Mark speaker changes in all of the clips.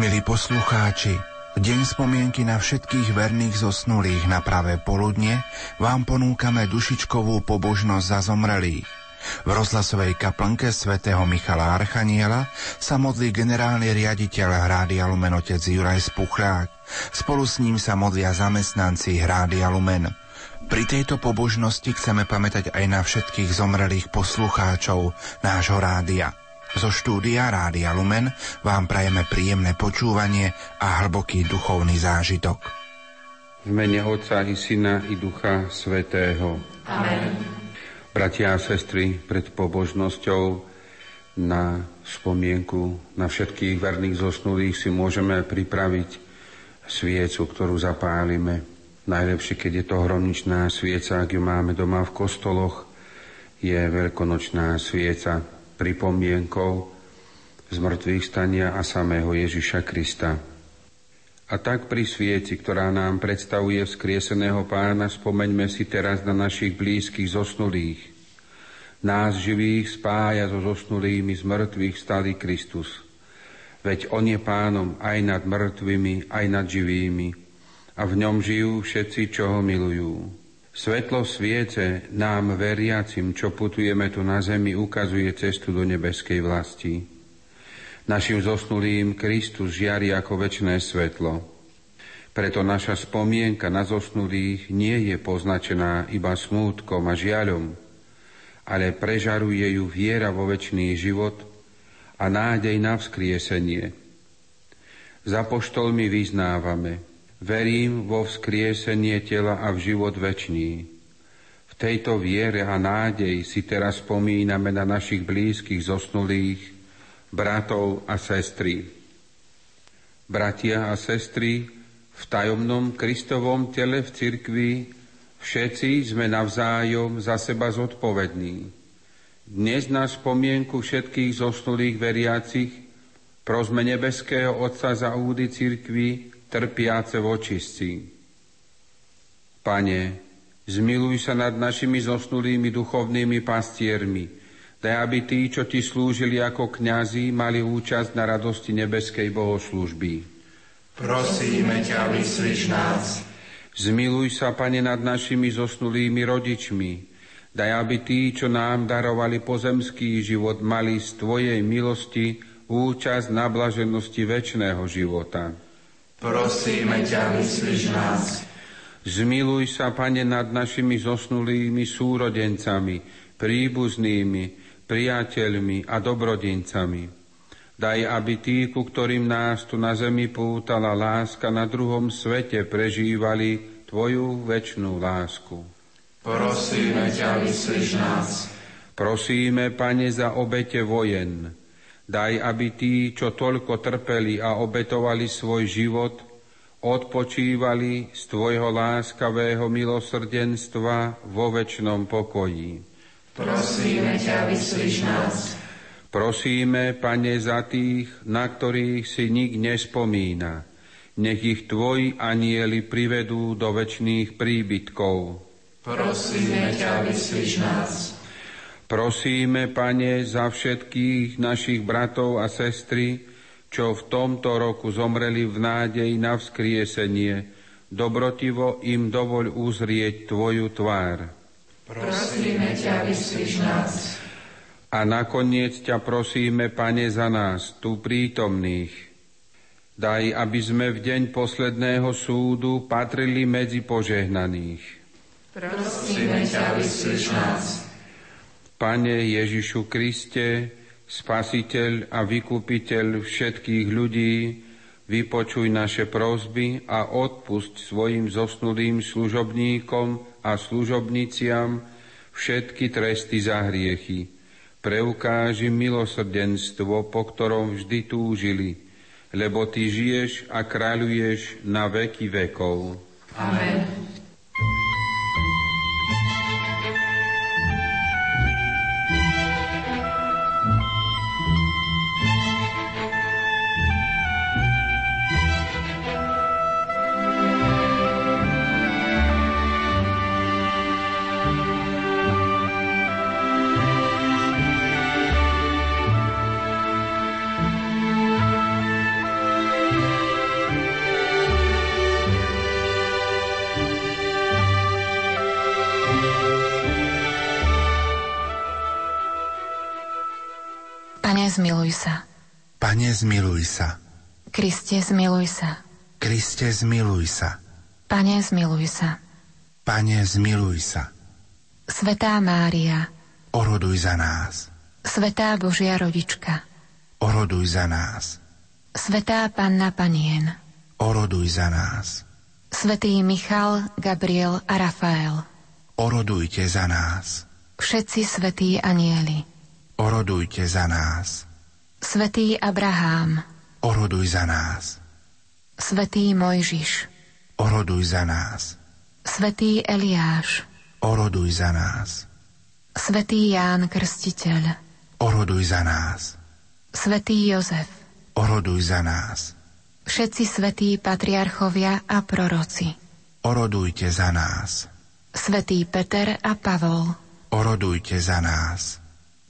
Speaker 1: Milí poslucháči, v deň spomienky na všetkých verných zosnulých na pravé poludne vám ponúkame dušičkovú pobožnosť za zomrelých. V rozhlasovej kaplnke svätého Michala Archaniela sa modlí generálny riaditeľ Hrádia Lumen otec Juraj Spuchrák. Spolu s ním sa modlia zamestnanci Hrádia Lumen. Pri tejto pobožnosti chceme pamätať aj na všetkých zomrelých poslucháčov nášho rádia. Zo štúdia Rádia Lumen vám prajeme príjemné počúvanie a hlboký duchovný zážitok.
Speaker 2: V mene Otca i Syna i Ducha Svetého.
Speaker 3: Amen.
Speaker 2: Bratia a sestry, pred pobožnosťou na spomienku na všetkých verných zosnulých si môžeme pripraviť sviecu, ktorú zapálime. Najlepšie, keď je to hromničná svieca, ak ju máme doma v kostoloch, je veľkonočná svieca, pripomienkou zmrtvých stania a samého Ježiša Krista. A tak pri svieti, ktorá nám predstavuje vzkrieseného pána, spomeňme si teraz na našich blízkych zosnulých. Nás živých spája so zosnulými z mŕtvych stály Kristus. Veď On je pánom aj nad mŕtvými, aj nad živými. A v ňom žijú všetci, čo ho milujú. Svetlo sviece nám veriacim, čo putujeme tu na zemi, ukazuje cestu do nebeskej vlasti. Našim zosnulým Kristus žiari ako väčné svetlo. Preto naša spomienka na zosnulých nie je poznačená iba smútkom a žiaľom, ale prežaruje ju viera vo väčší život a nádej na vzkriesenie. Za poštolmi vyznávame – verím vo vzkriesenie tela a v život večný. V tejto viere a nádej si teraz spomíname na našich blízkych zosnulých, bratov a sestry. Bratia a sestry, v tajomnom Kristovom tele v cirkvi všetci sme navzájom za seba zodpovední. Dnes na spomienku všetkých zosnulých veriacich prosme nebeského Otca za údy cirkvi, trpiace v očistci. Pane, zmiluj sa nad našimi zosnulými duchovnými pastiermi, daj, aby tí, čo ti slúžili ako kňazi, mali účasť na radosti nebeskej bohoslužby.
Speaker 4: Prosíme ťa, vyslíš nás.
Speaker 2: Zmiluj sa, Pane, nad našimi zosnulými rodičmi, daj, aby tí, čo nám darovali pozemský život, mali z Tvojej milosti účasť na blaženosti väčšného života.
Speaker 4: Prosíme ťa, myslíš nás.
Speaker 2: Zmiluj sa, Pane, nad našimi zosnulými súrodencami, príbuznými, priateľmi a dobrodincami. Daj, aby tí, ku ktorým nás tu na zemi pútala láska, na druhom svete prežívali Tvoju väčšnú lásku.
Speaker 4: Prosíme ťa, myslíš nás.
Speaker 2: Prosíme, Pane, za obete vojen, Daj, aby tí, čo toľko trpeli a obetovali svoj život, odpočívali z Tvojho láskavého milosrdenstva vo väčšnom pokoji.
Speaker 4: Prosíme ťa, vyslíš nás.
Speaker 2: Prosíme, Pane, za tých, na ktorých si nik nespomína. Nech ich Tvoji anieli privedú do väčšných príbytkov.
Speaker 4: Prosíme ťa, vyslíš nás.
Speaker 2: Prosíme, Pane, za všetkých našich bratov a sestry, čo v tomto roku zomreli v nádeji na vzkriesenie, dobrotivo im dovoľ uzrieť Tvoju tvár.
Speaker 4: Prosíme ťa, vyslíš nás.
Speaker 2: A nakoniec ťa prosíme, Pane, za nás, tu prítomných. Daj, aby sme v deň posledného súdu patrili medzi požehnaných.
Speaker 4: Prosíme ťa, vyslíš nás.
Speaker 2: Pane Ježišu Kriste, Spasiteľ a Vykupiteľ všetkých ľudí, vypočuj naše prosby a odpust svojim zosnulým služobníkom a služobniciam všetky tresty za hriechy. Preukáži milosrdenstvo, po ktorom vždy túžili, lebo Ty žiješ a kráľuješ na veky vekov.
Speaker 3: Amen.
Speaker 4: Prosíme
Speaker 3: Pane, zmiluj sa.
Speaker 1: Pane, zmiluj sa.
Speaker 3: Kriste, zmiluj sa.
Speaker 1: Kriste, zmiluj sa.
Speaker 3: Pane, zmiluj sa.
Speaker 1: Pane, zmiluj sa.
Speaker 3: Svetá Mária,
Speaker 1: Oroduj za nás.
Speaker 3: Svetá Božia Rodička,
Speaker 1: Oroduj za nás.
Speaker 3: Svetá Panna Panien,
Speaker 1: Oroduj za nás.
Speaker 3: Svetý Michal, Gabriel a Rafael,
Speaker 1: Orodujte za nás.
Speaker 3: všetci svetí anieli,
Speaker 1: Orodujte za nás.
Speaker 3: Svetý Abraham,
Speaker 1: Oroduj za nás.
Speaker 3: Svetý Mojžiš,
Speaker 1: Oroduj za nás.
Speaker 3: Svetý Eliáš,
Speaker 1: Oroduj za nás.
Speaker 3: Svetý Ján Krstiteľ,
Speaker 1: Oroduj za nás.
Speaker 3: Svetý Jozef,
Speaker 1: Oroduj za nás.
Speaker 3: všetci svetí patriarchovia a proroci,
Speaker 1: Orodujte za nás.
Speaker 3: Svetý Peter a Pavol,
Speaker 1: Orodujte za nás.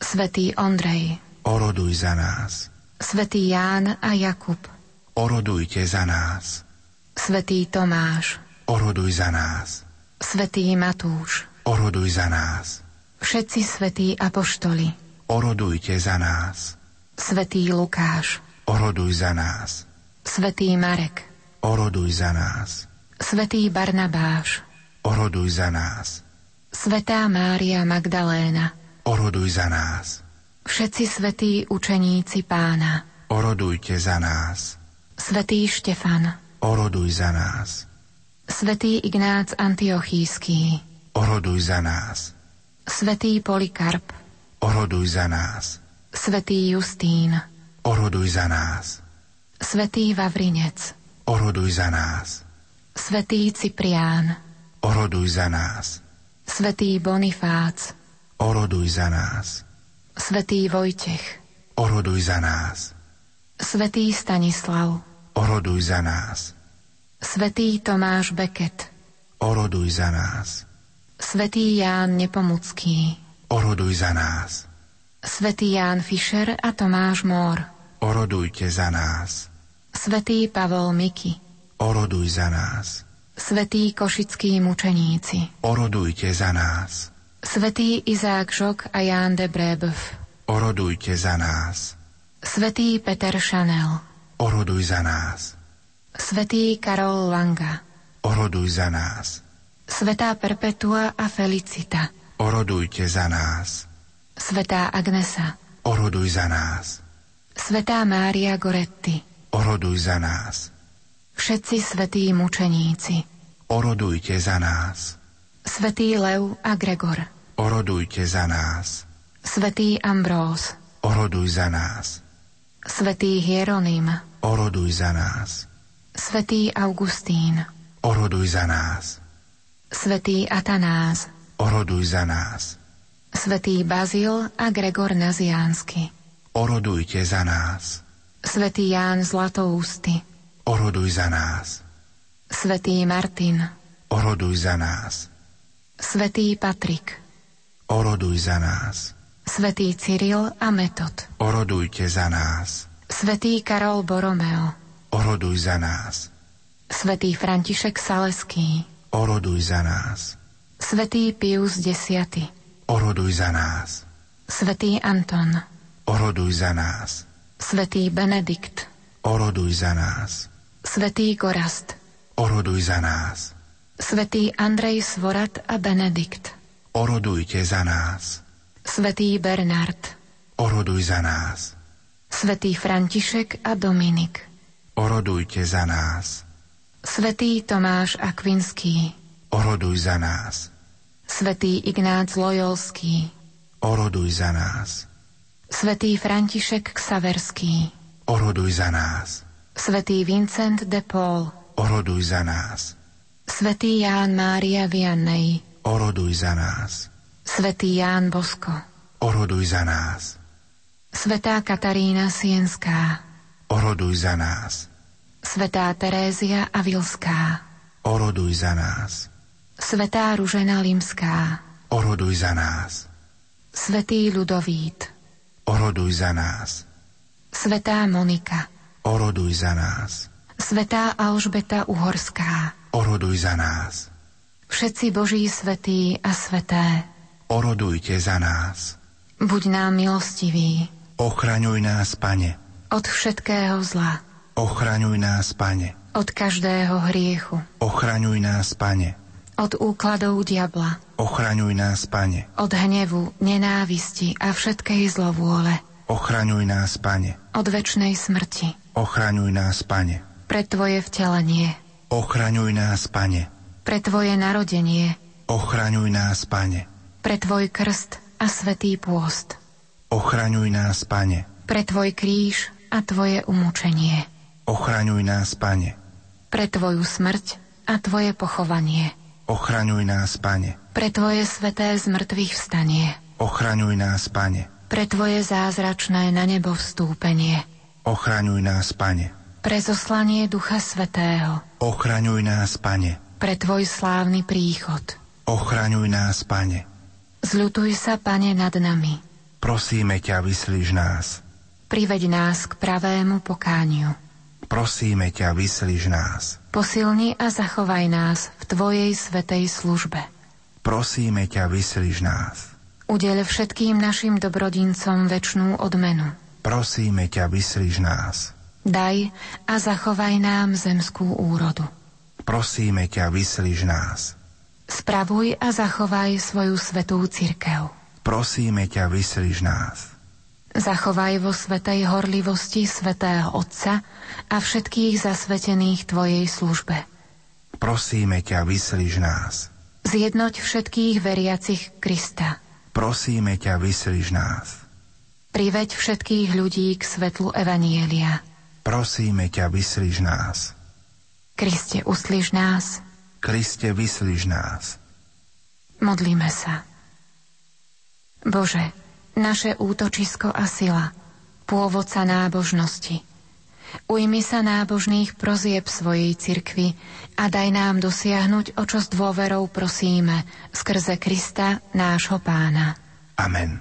Speaker 3: Svetý Ondrej,
Speaker 1: Oroduj za nás.
Speaker 3: Svetý Ján a Jakub,
Speaker 1: Orodujte za nás.
Speaker 3: Svetý Tomáš,
Speaker 1: Oroduj za nás.
Speaker 3: Svetý Matúš,
Speaker 1: Oroduj za nás.
Speaker 3: všetci svetí apoštoli,
Speaker 1: Orodujte za nás.
Speaker 3: Svetý Lukáš,
Speaker 1: Oroduj za nás.
Speaker 3: Svetý Marek,
Speaker 1: Oroduj za nás.
Speaker 3: Svetý Barnabáš,
Speaker 1: Oroduj za nás.
Speaker 3: Svetá Mária Magdaléna,
Speaker 1: Oroduj za nás.
Speaker 3: všetci svetí učeníci pána,
Speaker 1: Orodujte za nás.
Speaker 3: Svetý Štefan,
Speaker 1: Oroduj za nás.
Speaker 3: Svetý Ignác Antiochísky,
Speaker 1: Oroduj za nás.
Speaker 3: Svetý Polikarp,
Speaker 1: Oroduj za nás.
Speaker 3: Svetý Justín,
Speaker 1: Oroduj za nás.
Speaker 3: Svetý Vavrinec,
Speaker 1: Oroduj za nás.
Speaker 3: Svetý Ciprián,
Speaker 1: Oroduj za nás.
Speaker 3: Svetý Bonifác,
Speaker 1: Oroduj za nás.
Speaker 3: Svetý Vojtech,
Speaker 1: Oroduj za nás.
Speaker 3: Svetý Stanislav,
Speaker 1: Oroduj za nás.
Speaker 3: Svetý Tomáš Beket,
Speaker 1: Oroduj za nás.
Speaker 3: Svetý Ján Nepomucký,
Speaker 1: Oroduj za nás.
Speaker 3: Svetý Ján Fischer a Tomáš Mór,
Speaker 1: Orodujte za nás.
Speaker 3: Svetý Pavol Miky,
Speaker 1: Oroduj za nás.
Speaker 3: Svetí košickí mučeníci,
Speaker 1: Orodujte za nás.
Speaker 3: Svetý Izák Žok a Ján de Brébev,
Speaker 1: Orodujte za nás.
Speaker 3: Svetý Peter Chanel,
Speaker 1: Oroduj za nás.
Speaker 3: Svetý Karol Langa,
Speaker 1: Oroduj za nás.
Speaker 3: Svetá Perpetua a Felicita,
Speaker 1: Orodujte za nás.
Speaker 3: Svetá Agnesa,
Speaker 1: Oroduj za nás.
Speaker 3: Svetá Mária Goretti,
Speaker 1: Oroduj za nás.
Speaker 3: všetci svetí mučeníci,
Speaker 1: Orodujte za nás.
Speaker 3: Svetý Lev a Gregor,
Speaker 1: Orodujte za nás.
Speaker 3: Svetý Ambrós,
Speaker 1: Oroduj za nás.
Speaker 3: Svetý Hieronym,
Speaker 1: Oroduj za nás.
Speaker 3: Svetý Augustín,
Speaker 1: Oroduj za nás.
Speaker 3: Svetý Atanás,
Speaker 1: Oroduj za nás.
Speaker 3: Svetý Bazil a Gregor Naziánsky,
Speaker 1: Orodujte za nás.
Speaker 3: Svetý Ján Zlatoústy,
Speaker 1: Oroduj za nás.
Speaker 3: Svetý Martin,
Speaker 1: Oroduj za nás.
Speaker 3: Svetý Patrik,
Speaker 1: Oroduj za nás.
Speaker 3: Svetý Cyril a Metod,
Speaker 1: Orodujte za nás.
Speaker 3: Svetý Karol Boromeo,
Speaker 1: Oroduj za nás.
Speaker 3: Svetý František Saleský,
Speaker 1: Oroduj za nás.
Speaker 3: Svetý Pius X,
Speaker 1: Oroduj za nás.
Speaker 3: Svetý Anton,
Speaker 1: Oroduj za nás.
Speaker 3: Svetý Benedikt,
Speaker 1: Oroduj za nás.
Speaker 3: Svetý Gorast,
Speaker 1: Oroduj za nás.
Speaker 3: Svetý Andrej Svorat a Benedikt,
Speaker 1: Orodujte za nás.
Speaker 3: Svetý Bernard,
Speaker 1: Oroduj za nás.
Speaker 3: Svetý František a Dominik,
Speaker 1: Orodujte za nás.
Speaker 3: Svetý Tomáš Akvinský,
Speaker 1: Oroduj za nás.
Speaker 3: Svetý Ignác Lojolský,
Speaker 1: Oroduj za nás.
Speaker 3: Svetý František Ksaverský,
Speaker 1: Oroduj za nás.
Speaker 3: Svetý Vincent de Paul,
Speaker 1: Oroduj za nás.
Speaker 3: Svetý Ján Mária Vianney,
Speaker 1: Oroduj za nás.
Speaker 3: Svetý Ján Bosko,
Speaker 1: Oroduj za nás.
Speaker 3: Svetá Katarína Sienská,
Speaker 1: Oroduj za nás.
Speaker 3: Svetá Terézia Avilská,
Speaker 1: Oroduj za nás.
Speaker 3: Svetá Ružena Limská,
Speaker 1: Oroduj za nás.
Speaker 3: Svetý Ľudovít,
Speaker 1: Oroduj za nás.
Speaker 3: Svetá Monika,
Speaker 1: Oroduj za nás.
Speaker 3: Svetá Alžbeta Uhorská,
Speaker 1: Oroduj za nás.
Speaker 3: všetci Boží svetí a sveté,
Speaker 1: Orodujte za nás.
Speaker 3: buď nám milostivý,
Speaker 1: Ochraňuj nás, Pane.
Speaker 3: od všetkého zla,
Speaker 1: Ochraňuj nás, Pane.
Speaker 3: od každého hriechu,
Speaker 1: Ochraňuj nás, Pane.
Speaker 3: od úkladov diabla,
Speaker 1: Ochraňuj nás, Pane.
Speaker 3: od hnevu, nenávisti a všetkej zlovôle,
Speaker 1: Ochraňuj nás, Pane.
Speaker 3: od väčšnej smrti,
Speaker 1: Ochraňuj nás, Pane.
Speaker 3: pre Tvoje vtelenie,
Speaker 1: Ochraňuj nás, Pane.
Speaker 3: pre Tvoje narodenie,
Speaker 1: Ochraňuj nás, Pane.
Speaker 3: pre Tvoj krst a svetý pôst,
Speaker 1: Ochraňuj nás, Pane.
Speaker 3: pre Tvoj kríž a Tvoje umúčenie,
Speaker 1: Ochraňuj nás, Pane.
Speaker 3: pre Tvoju smrť a Tvoje pochovanie,
Speaker 1: Ochraňuj nás, Pane.
Speaker 3: pre Tvoje sveté zmrtvých vstanie,
Speaker 1: Ochraňuj nás, Pane.
Speaker 3: pre Tvoje zázračné na nebo vstúpenie,
Speaker 1: Ochraňuj nás, Pane.
Speaker 3: pre zoslanie Ducha Svetého,
Speaker 1: Ochraňuj nás, Pane.
Speaker 3: pre Tvoj slávny príchod.
Speaker 1: Ochraňuj nás, Pane.
Speaker 3: Zľutuj sa, Pane, nad nami.
Speaker 1: Prosíme ťa, vyslíš nás.
Speaker 3: Priveď nás k pravému pokániu.
Speaker 1: Prosíme ťa, vyslíš nás.
Speaker 3: Posilni a zachovaj nás v Tvojej svetej službe.
Speaker 1: Prosíme ťa, vyslíš nás.
Speaker 3: Udeľ všetkým našim dobrodincom väčšnú odmenu.
Speaker 1: Prosíme ťa, vyslíš nás.
Speaker 3: Daj a zachovaj nám zemskú úrodu.
Speaker 1: Prosíme ťa, vyslíš nás.
Speaker 3: Spravuj a zachovaj svoju svetú cirkev.
Speaker 1: Prosíme ťa, vyslíš nás.
Speaker 3: Zachovaj vo svetej horlivosti svetého Otca a všetkých zasvetených Tvojej službe.
Speaker 1: Prosíme ťa, vyslíš nás.
Speaker 3: Zjednoť všetkých veriacich Krista.
Speaker 1: Prosíme ťa, vyslíš nás.
Speaker 3: Priveď všetkých ľudí k svetlu Evanielia.
Speaker 1: Prosíme ťa, vyslíš nás.
Speaker 3: Kriste, uslyš nás.
Speaker 1: Kriste, vyslíš nás.
Speaker 3: Modlíme sa. Bože, naše útočisko a sila, pôvodca nábožnosti, ujmi sa nábožných prozieb svojej cirkvi a daj nám dosiahnuť, o čo s dôverou prosíme, skrze Krista, nášho pána.
Speaker 1: Amen.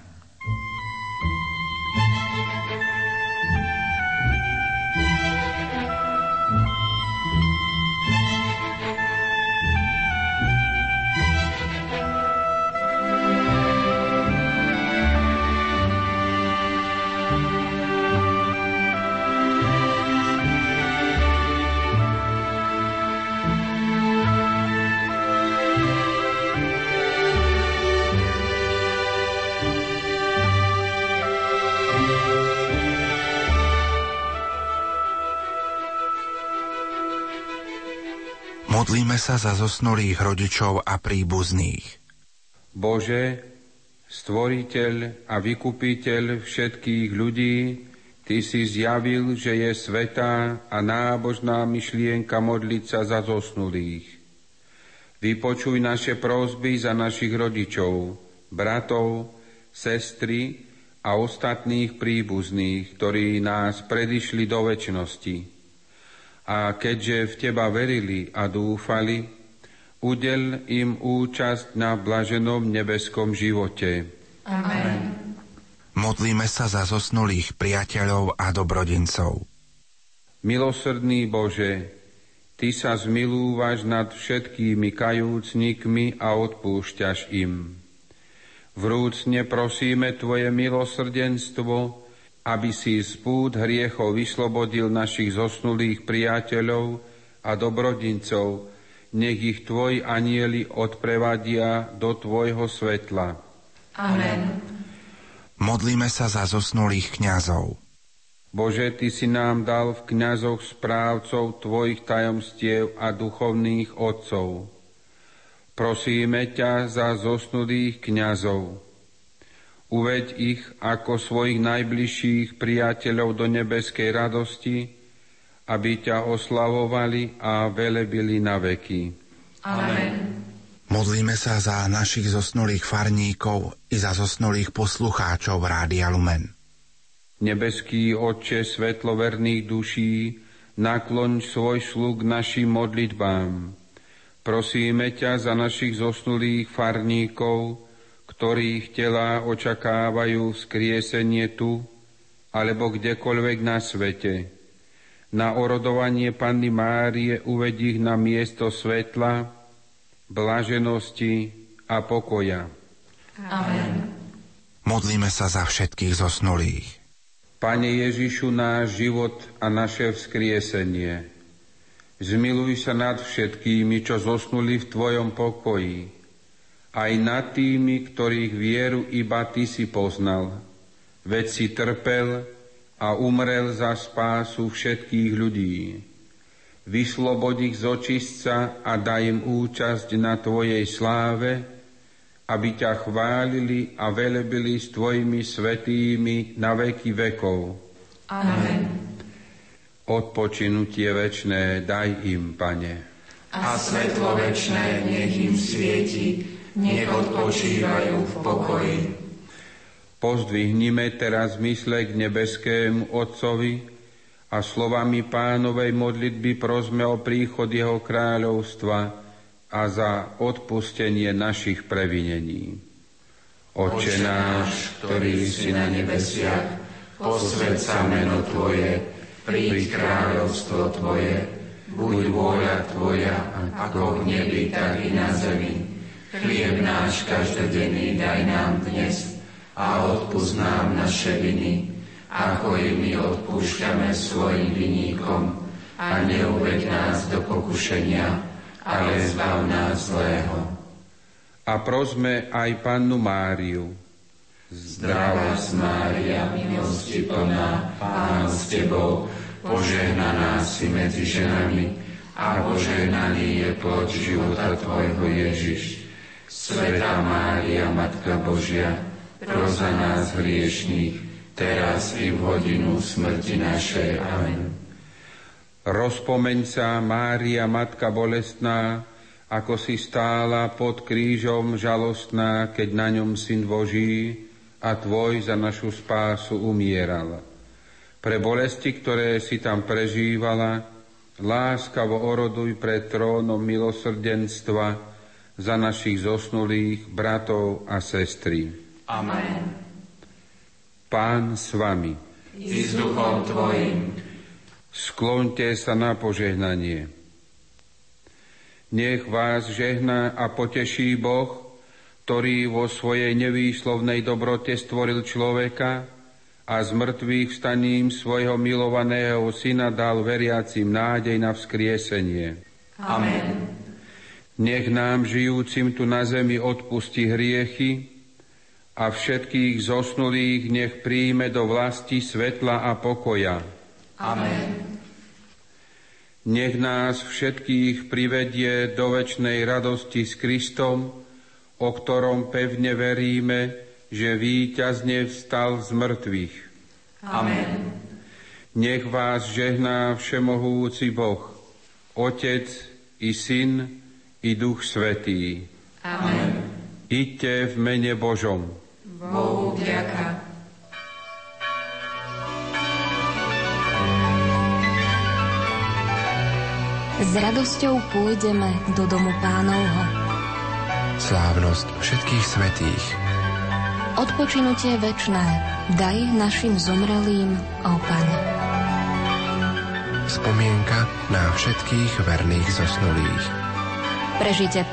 Speaker 1: Modlíme sa za zosnulých rodičov a príbuzných.
Speaker 2: Bože, stvoriteľ a vykupiteľ všetkých ľudí, Ty si zjavil, že je svetá a nábožná myšlienka modliť sa za zosnulých. Vypočuj naše prosby za našich rodičov, bratov, sestry a ostatných príbuzných, ktorí nás predišli do väčšnosti. A keďže v Teba verili a dúfali, udel im účasť na blaženom nebeskom živote.
Speaker 1: Modlíme sa za zosnulých priateľov a dobrodincov.
Speaker 2: Milosrdný Bože, Ty sa zmilúvaš nad všetkými kajúcnikmi a odpúšťaš im. Vrúcne prosíme Tvoje milosrdenstvo, aby si z pút hriechov vyslobodil našich zosnulých priateľov a dobrodincov, nech ich Tvoj anieli odprevadia do Tvojho svetla.
Speaker 1: Modlíme sa za zosnulých kňazov.
Speaker 2: Bože, Ty si nám dal v kňazoch správcov Tvojich tajomstiev a duchovných otcov. Prosíme ťa za zosnulých kňazov. Uveď ich ako svojich najbližších priateľov do nebeskej radosti, aby ťa oslavovali a velebili na veky.
Speaker 1: Modlíme sa za našich zosnulých farníkov i za zosnulých poslucháčov Rádia Lumen.
Speaker 2: Nebeský Otče svetloverných duší, nakloň svoj sluk našim modlitbám. Prosíme ťa za našich zosnulých farníkov, ktorých telá očakávajú vzkriesenie tu alebo kdekoľvek na svete. Na orodovanie Panny Márie uved ich na miesto svetla, blaženosti a pokoja.
Speaker 1: Modlíme sa za všetkých zosnulých.
Speaker 2: Pane Ježišu, náš život a naše vzkriesenie, zmiluj sa nad všetkými, čo zosnuli v Tvojom pokoji, aj nad tými, ktorých vieru iba Ty si poznal, veď si trpel a umrel za spásu všetkých ľudí. Vyslobod ich z očistca a daj im účasť na Tvojej sláve, aby ťa chválili a velebili s tvojimi svetými na veky vekov.
Speaker 4: Amen.
Speaker 2: Odpočinutie večné daj im, Pane.
Speaker 4: A svetlo večné nech im svieti, nech odpočívajú v pokoji.
Speaker 2: Pozdvihnime teraz mysle k nebeskému Otcovi a slovami pánovej modlitby prosme o príchod Jeho kráľovstva, a za odpustenie našich previnení.
Speaker 4: Oče náš, ktorý si na nebesiach, posved sa meno Tvoje, príď kráľovstvo Tvoje, buď vôľa Tvoja, ako v nebi, tak i na zemi. Chlieb náš každodenný daj nám dnes a odpúsť nám naše viny, ako i my odpúšťame svojim vinníkom. A neuveď nás do pokušenia, ale zbav nás zlého.
Speaker 2: A prosme aj Pannu Máriu.
Speaker 4: Zdravá Mária, milosti plná, Pán s Tebou, požehnaná si medzi ženami a požehnaný je plod života Tvojho Ježiš. Sveta Mária, Matka Božia, pros za nás hriešných, teraz i v hodinu smrti našej. Amen.
Speaker 2: Rozpomeň sa, Mária, Matka bolestná, ako si stála pod krížom žalostná, keď na ňom syn Boží a tvoj za našu spásu umieral. Pre bolesti, ktoré si tam prežívala, láskavo oroduj pred trónom milosrdenstva za našich zosnulých bratov a sestry.
Speaker 4: Amen.
Speaker 2: Pán s vami.
Speaker 4: I s duchom tvojim.
Speaker 2: Skloňte sa na požehnanie. Nech vás žehná a poteší Boh, ktorý vo svojej nevýslovnej dobrote stvoril človeka a z mŕtvych vstaním svojho milovaného syna dal veriacim nádej na vzkriesenie.
Speaker 4: Amen.
Speaker 2: Nech nám žijúcim tu na zemi odpustí hriechy a všetkých zosnulých nech príjme do vlasti svetla a pokoja.
Speaker 4: Amen.
Speaker 2: Nech nás všetkých privedie do väčšnej radosti s Kristom, o ktorom pevne veríme, že víťazne vstal z mŕtvych.
Speaker 4: Amen.
Speaker 2: Nech vás žehná všemohúci Boh, Otec i Syn i Duch Svetý.
Speaker 4: Amen.
Speaker 2: Iďte v mene Božom.
Speaker 4: Bohu vďaka.
Speaker 5: S radosťou pôjdeme do domu pánovho.
Speaker 1: Slávnosť všetkých svetých.
Speaker 5: Odpočinutie večné daj našim zomrelým, ó Pane.
Speaker 1: Spomienka na všetkých verných zosnulých.
Speaker 5: Prežite